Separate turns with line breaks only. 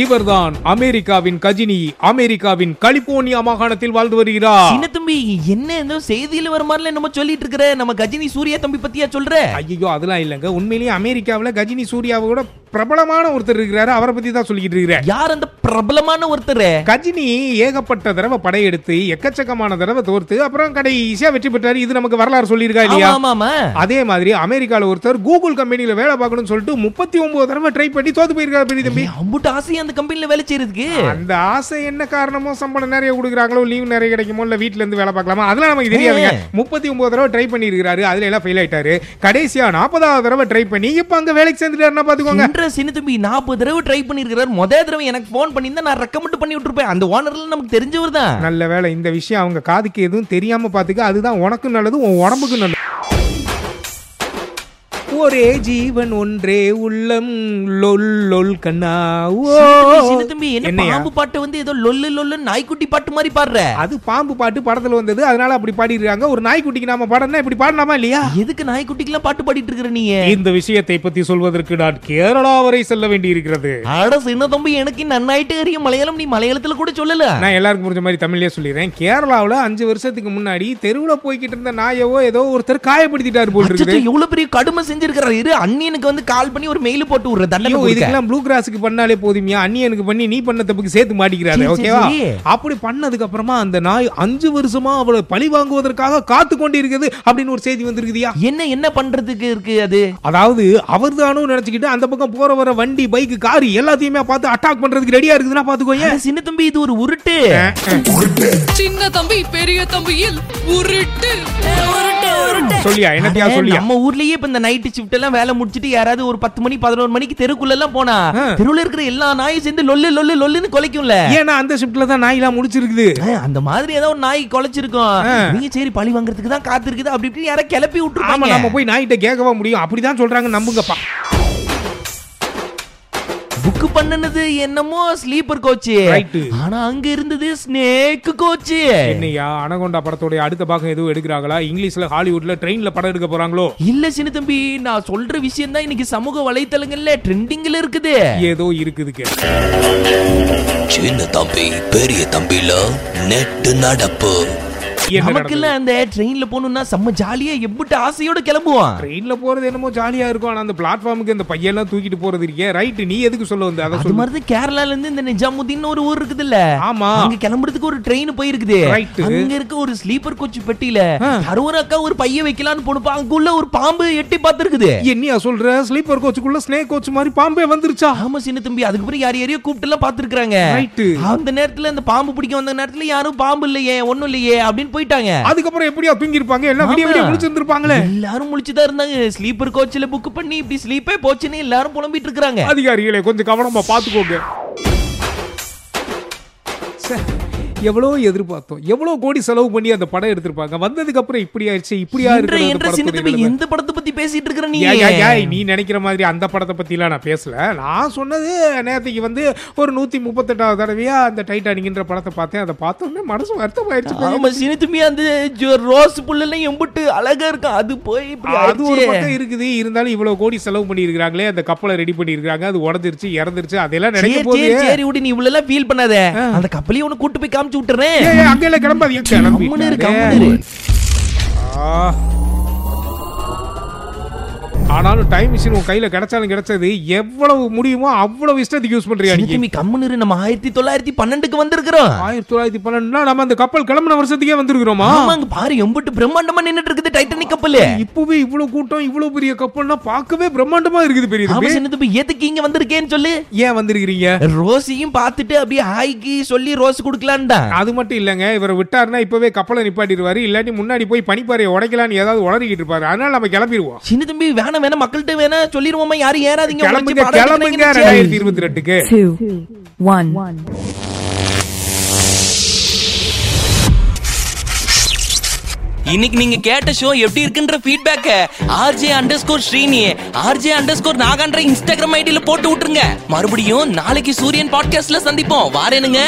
இவர்தான் அமெரிக்காவின் கஜினி அமெரிக்காவின் கலிபோர்னியா மாகாணத்தில் வாழ்ந்து வருகிறார்
சின்ன தம்பி என்ன ஏதோ செய்தியில வர மாதிரில நம்ம சொல்லிட்டு இருக்கிற நம்ம கஜினி சூர்யா தம்பி பத்தியா சொல்ற
ஐயோ அதெல்லாம் இல்லைங்க உண்மையிலேயே அமெரிக்காவில் கஜினி சூர்யாவை விட பிரபலமான ஒருத்தர் இருக்கிறாரு அவரை பத்தி தான் சொல்லிக்கிட்டு இருக்கிறேன்
யார் அந்த பிரபலமான ஒருத்தர்
கஜினி ஏகப்பட்ட தடவை படையெடுத்து எக்கச்சக்கமான தடவை தோர்த்து அப்புறம் கடைசியா வெற்றி பெற்றாரு இது நமக்கு வரலாறு சொல்லியிருக்கா இல்லையா
ஆமா ஆமா
அதே மாதிரி அமெரிக்கால ஒருத்தர் கூகுள் கம்பெனில வேலை பார்க்கணும்னு சொல்லிட்டு முப்பத்தி ஒன்பது தடவை ட்ரை பண்ணி தோத்து போயிருக்காரு பெரிய தம்பி
அம்புட்டு ஆசையா அந்த கம்பெனில வேலை செய்யறதுக்கு
அந்த ஆசை என்ன காரணமோ சம்பளம் நிறைய கொடுக்குறாங்களோ லீவ் நிறைய கிடைக்குமோ இல்ல வீட்ல இருந்து வேலை பார்க்கலாமா அதெல்லாம் நமக்கு தெரியாதுங்க முப்பத்தி ஒன்பது தடவை ட்ரை பண்ணியிருக்காரு அதுல எல்லாம் ஃபெயில் ஆயிட்டாரு கடைசியா நாற்பதாவது தடவை ட்ரை பண்ணி இப்ப அங்க வேலைக்கு சேர்ந்துட்டாருன்னா பாத்துக்கோங்க
என்ற சின்ன தம்பி நாற்பது தடவை ட்ரை பண்ணிருக்கிறார் முதல் தடவை எனக்கு ஃபோன் பண்ணியிருந்தா நான் ரெக்கமெண்ட் பண்ணி விட்டுருப்பேன் அந்த ஓனர்ல நமக்கு தெரிஞ்சவர் தான்
நல்ல வேலை இந்த விஷயம் அவங்க காதுக்கு எதுவும் தெரியாம பாத்துக்க அதுதான் உனக்கும் நல்லது உன் உடம்புக்கும் நல்லது ஒரே ஜீவன் ஒன்றே உள்ளம் லொல் லொல் கண்ணா ஓ
சின்ன தம்பி என்ன
என்னையா?
பாம்பு பாட்டு வந்து ஏதோ லொல்லு லொல்லு நாய்க்குட்டி பாட்டு மாதிரி பாடுற
அது பாம்பு பாட்டு படத்துல வந்தது அதனால அப்படி பாடிடுறாங்க ஒரு நாய்க்குட்டிக்கு நாம பாடணும்னா இப்படி பாடலாமா இல்லையா
எதுக்கு நாய்க்குட்டிக்கெல்லாம் பாட்டு பாடிட்டு இருக்கிற நீ
இந்த விஷயத்தை பத்தி சொல்வதற்கு நான் கேரளா வரை செல்ல வேண்டி இருக்கிறது
அட சின்ன தம்பி எனக்கு நன்னாயிட்டு அறியும் மலையாளம் நீ மலையாளத்துல கூட சொல்லல
நான் எல்லாருக்கும் புரிஞ்ச மாதிரி தமிழ்லயே சொல்லிடுறேன் கேரளாவுல அஞ்சு வருஷத்துக்கு முன்னாடி தெருவுல போய்கிட்டு இருந்த நாயவோ ஏதோ ஒருத்தர் காயப்படுத்திட்டாரு போல்
அச்சச்சோ,
இருக்குது
எவ்வளவு பெரிய கடுமை செஞ்சிருக்கிறாரு இரு அண்ணியனுக்கு வந்து கால் பண்ணி ஒரு மெயில் போட்டு விடுற தண்டனை
ஐயோ,
கொடுக்க.
இதுக்கெல்லாம் ப்ளூ கிராஸுக்கு பண்ணாலே போதுமியா அண்ணி எனக்கு பண்ணி நீ பண்ண தப்புக்கு சேர்த்து மாட்டிக்கிறாரு
சரி, சரி,
ஓகேவா
சரி.
அப்படி பண்ணதுக்கு அப்புறமா அந்த நாய் அஞ்சு வருஷமா அவளை பழி வாங்குவதற்காக காத்து கொண்டு இருக்குது அப்படின்னு ஒரு செய்தி வந்திருக்குதியா
என்ன என்ன பண்றதுக்கு இருக்கு அது
அதாவது அவர் தானோ நினைச்சுக்கிட்டு அந்த பக்கம் போற வர வண்டி பைக் கார் எல்லாத்தையுமே பார்த்து அட்டாக் பண்றதுக்கு ரெடியா இருக்குதுன்னா பாத்துக்கோங்க
அட சின்ன தம்பி இது ஒரு உருட்டு
சின்ன தம்பி பெரிய தம்பியில் உருட்டு
சொல்லியா என்னத்தையா
அட,
சொல்லியா
நம்ம ஊர்லயே இப்ப இந்த நைட் ஷிஃப்ட் எல்லாம் வேலை முடிச்சிட்டு யாராவது ஒரு பத்து மணி பதினோரு மணிக்கு தெருக்குள்ள எல்லாம் போனா
ஆ.
தெருவுல இருக்கிற எல்லா நாயும் சேர்ந்து லொல்லு லொல்லு லொல்லுன்னு கொலைக்கும்ல
ஏன்னா அந்த ஷிப்ட்ல தான் நாயெல்லாம் முடிச்சிருக்குது
ஆ, அந்த மாதிரி ஏதோ ஒரு நாய் கொலைச்சிருக்கும் நீங்க சரி பழி வாங்குறதுக்கு தான் காத்திருக்குது அப்படி இப்படி யாரை கிளப்பி
ஆமா
விட்டுருவாங்க
நம்ம போய் நாய்கிட்ட கேட்கவா முடியும் அப்படிதான் சொல்றாங்க நம்புங்கப்பா
புக் பண்ணுனது என்னமோ ஸ்லீப்பர் கோச்
Right.
ஆனா அங்க இருந்தது ஸ்னேக் கோச்
என்னையா அனகொண்டா படத்தோட அடுத்த பாகம் எதுவும் எடுக்கிறாங்களா இங்கிலீஷ்ல ஹாலிவுட்ல ட்ரெயின்ல படம் எடுக்க போறாங்களோ
இல்ல சின்ன தம்பி நான் சொல்ற விஷயம் தான் இன்னைக்கு சமூக வலைத்தளங்கள்ல ட்ரெண்டிங்ல இருக்குது
ஏதோ இருக்குதுக்கு
சின்ன தம்பி பெரிய தம்பில நெட்டு நடப்பு
என்ன நடக்குது?
நமக்கெல்லாம் அந்த ட்ரெயின்ல போகணும்னா செம்ம ஜாலியா எம்பிட்டு ஆசையோட கிளம்புவான்
ட்ரெயின்ல போறது என்னமோ ஜாலியா இருக்கும் ஆனா அந்த பிளாட்ஃபார்முக்கு அந்த பையெல்லாம் தூக்கிட்டு போறது இருக்கே ரைட் நீ எதுக்கு சொல்ல வந்த அதை
அது
சொல்லு
மாதிரி கேரளால இருந்து இந்த நிஜாமுதீன் ஒரு ஊர் இருக்குதுல்ல
ஆமா
அங்க கிளம்புறதுக்கு ஒரு ட்ரெயின் போயிருக்குது
Right.
அங்க இருக்க ஒரு ஸ்லீப்பர் கோச் பெட்டியில அறுவர் அக்கா ஒரு பைய வைக்கலாம்னு போனப்ப அங்குள்ள ஒரு பாம்பு எட்டி பார்த்திருக்குது
என்னையா சொல்ற ஸ்லீப்பர் கோச்சுக்குள்ள ஸ்னேக் கோச் மாதிரி பாம்பே வந்துருச்சா
ஆமா சின்ன தம்பி அதுக்கப்புறம் யார் யாரையோ கூப்பிட்டு எல்லாம் பாத்துருக்காங்க
ரைட்
அந்த நேரத்துல அந்த பாம்பு பிடிக்க வந்த நேரத்துல யாரும் பாம்பு இல்லையே ஒண்ணும் இல்லையே அப்படின்னு போயிட்டாங்க
அதுக்கப்புறம் எப்படியா தூங்கி இருப்பாங்க எல்லாம் விடிய விடிய
ஆமா.
முடிச்சிருந்திருப்பாங்களே
எல்லாரும் முழிச்சுதான் இருந்தாங்க ஸ்லீப்பர் கோச்சில புக் பண்ணி இப்படி ஸ்லீப்பே போச்சுன்னு எல்லாரும் புலம்பிட்டு இருக்காங்க
அதிகாரிகளே கொஞ்சம் கவனமா பாத்துக்கோங்க ச்சே, எவ்வளோ எதிர்பார்த்தோம் எவ்வளோ கோடி செலவு பண்ணி அந்த படம் எடுத்திருப்பாங்க வந்ததுக்கு அப்புறம் இப்படி ஆயிடுச்சு இப்படியா
என்ற
இருக்கிறது
என்ற சின்ன
படத்துடைய
தம்பி
நிலைமை.
எந்த படத்தை பத்தி பேசிட்டு இருக்கிற நீ
ஏய், ஏய், ஏய், நீ நினைக்கிற மாதிரி அந்த படத்தை பத்திலாம் நான் பேசல நான் சொன்னது நேரத்துக்கு வந்து ஒரு நூத்தி முப்பத்தெட்டாவது தடவையா அந்த டைட்டானிக்ன்ற படத்தை பார்த்தேன் அதை பார்த்தோன்னே மனசு வருத்தம் ஆயிடுச்சு
ஆமா சின்ன தம்பி அந்த ஜோ- ரோஸ் புல்லு எல்லாம் எம்பிட்டு அழகா இருக்கும் அது போய் இப்படி
அது ஒரு
ஆயிடுச்சே.
பக்கம் இருக்குது இருந்தாலும் இவ்வளவு கோடி செலவு பண்ணி இருக்காங்களே அந்த கப்பலை ரெடி பண்ணி இருக்காங்க அது உடஞ்சிருச்சு இறந்துருச்சு அதெல்லாம்
சரி,
நினைக்கும்
சரி,
போது
சரி விடு நீ இவ்வளவு எல்லாம் ஃபீல் பண்ணாத அந்த கப்பலையும் உனக்கு கூட்டு போய் காமிச்சு விட்டுறேன்
ஏய், ஏய், அங்கெல்லாம் கிளம்பாதீங்க
கம்முன்னு இரு,
கிளம்பி
கம்முன்னு இரு.
ஆ. ஆனாலும் டைம் மிஷின் உன் கையில கிடைச்சாலும் கிடைச்சது எவ்வளவு முடியுமோ அவ்வளவு இஷ்டத்துக்கு யூஸ் பண்றியா நீ
சின்ன தம்பி கம்முன்னு இரு, நம்ம ஆயிரத்தி தொள்ளாயிரத்தி பன்னெண்டுக்கு வந்திருக்கிறோம்
ஆயிரத்தி தொள்ளாயிரத்தி பன்னெண்டுனா நம்ம அந்த கப்பல் கிளம்பின வருஷத்துக்கே வந்திருக்கிறோமா
ஆமாங்க பாரு எம்பிட்டு பிரம்மாண்டமா நின்னுட்டு இருக்குது டைட்டானிக் கப்பல்
இப்பவே இவ்வளவு கூட்டம் இவ்வளவு பெரிய கப்பல்னா பார்க்கவே பிரம்மாண்டமா இருக்குது பெரிய தம்பி.
ஆமா சின்ன தம்பி எதுக்கு இங்க வந்திருக்கேன்னு சொல்லு
ஏன் வந்திருக்கிறீங்க
ரோசியும் பார்த்துட்டு அப்படியே ஹாய்க்கு சொல்லி ரோஸ் கொடுக்கலான்னு தான்
அது மட்டும் இல்லைங்க இவர் விட்டாருன்னா இப்பவே கப்பலை நிப்பாட்டிடுவாரு இல்லாட்டி முன்னாடி போய் பனிப்பாறையை உடைக்கலான்னு ஏதாவது உளறிக்கிட்டு இருப்பாரு அதனால நம்ம கிளம்பிடுவோம்
சின்ன தம்பி வேணாம் வேணாம் மக்கள்கிட்ட வேணா சொல்லிருவோமா யாரும் ஏறாதீங்க
கிளம்புங்க
உழைச்சு பாடம்
கிளம்புங்க
எடுக்கிறீங்கன்னு சொல்லி.
ரெண்டாயிரத்தி இருபத்தி ரெண்டுக்கு
two, one.
இன்னைக்கு நீங்க கேட்ட ஷோ எப்படி இருக்குன்ற ஃபீட்பேக்க RJ underscore Srini RJ underscore நாகான்ற இன்ஸ்டாகிராம் ஐடியில போட்டு விட்டுருங்க மறுபடியும் நாளைக்கு சூரியன் பாட்காஸ்ட்ல சந்திப்போம் வாரேனுங்க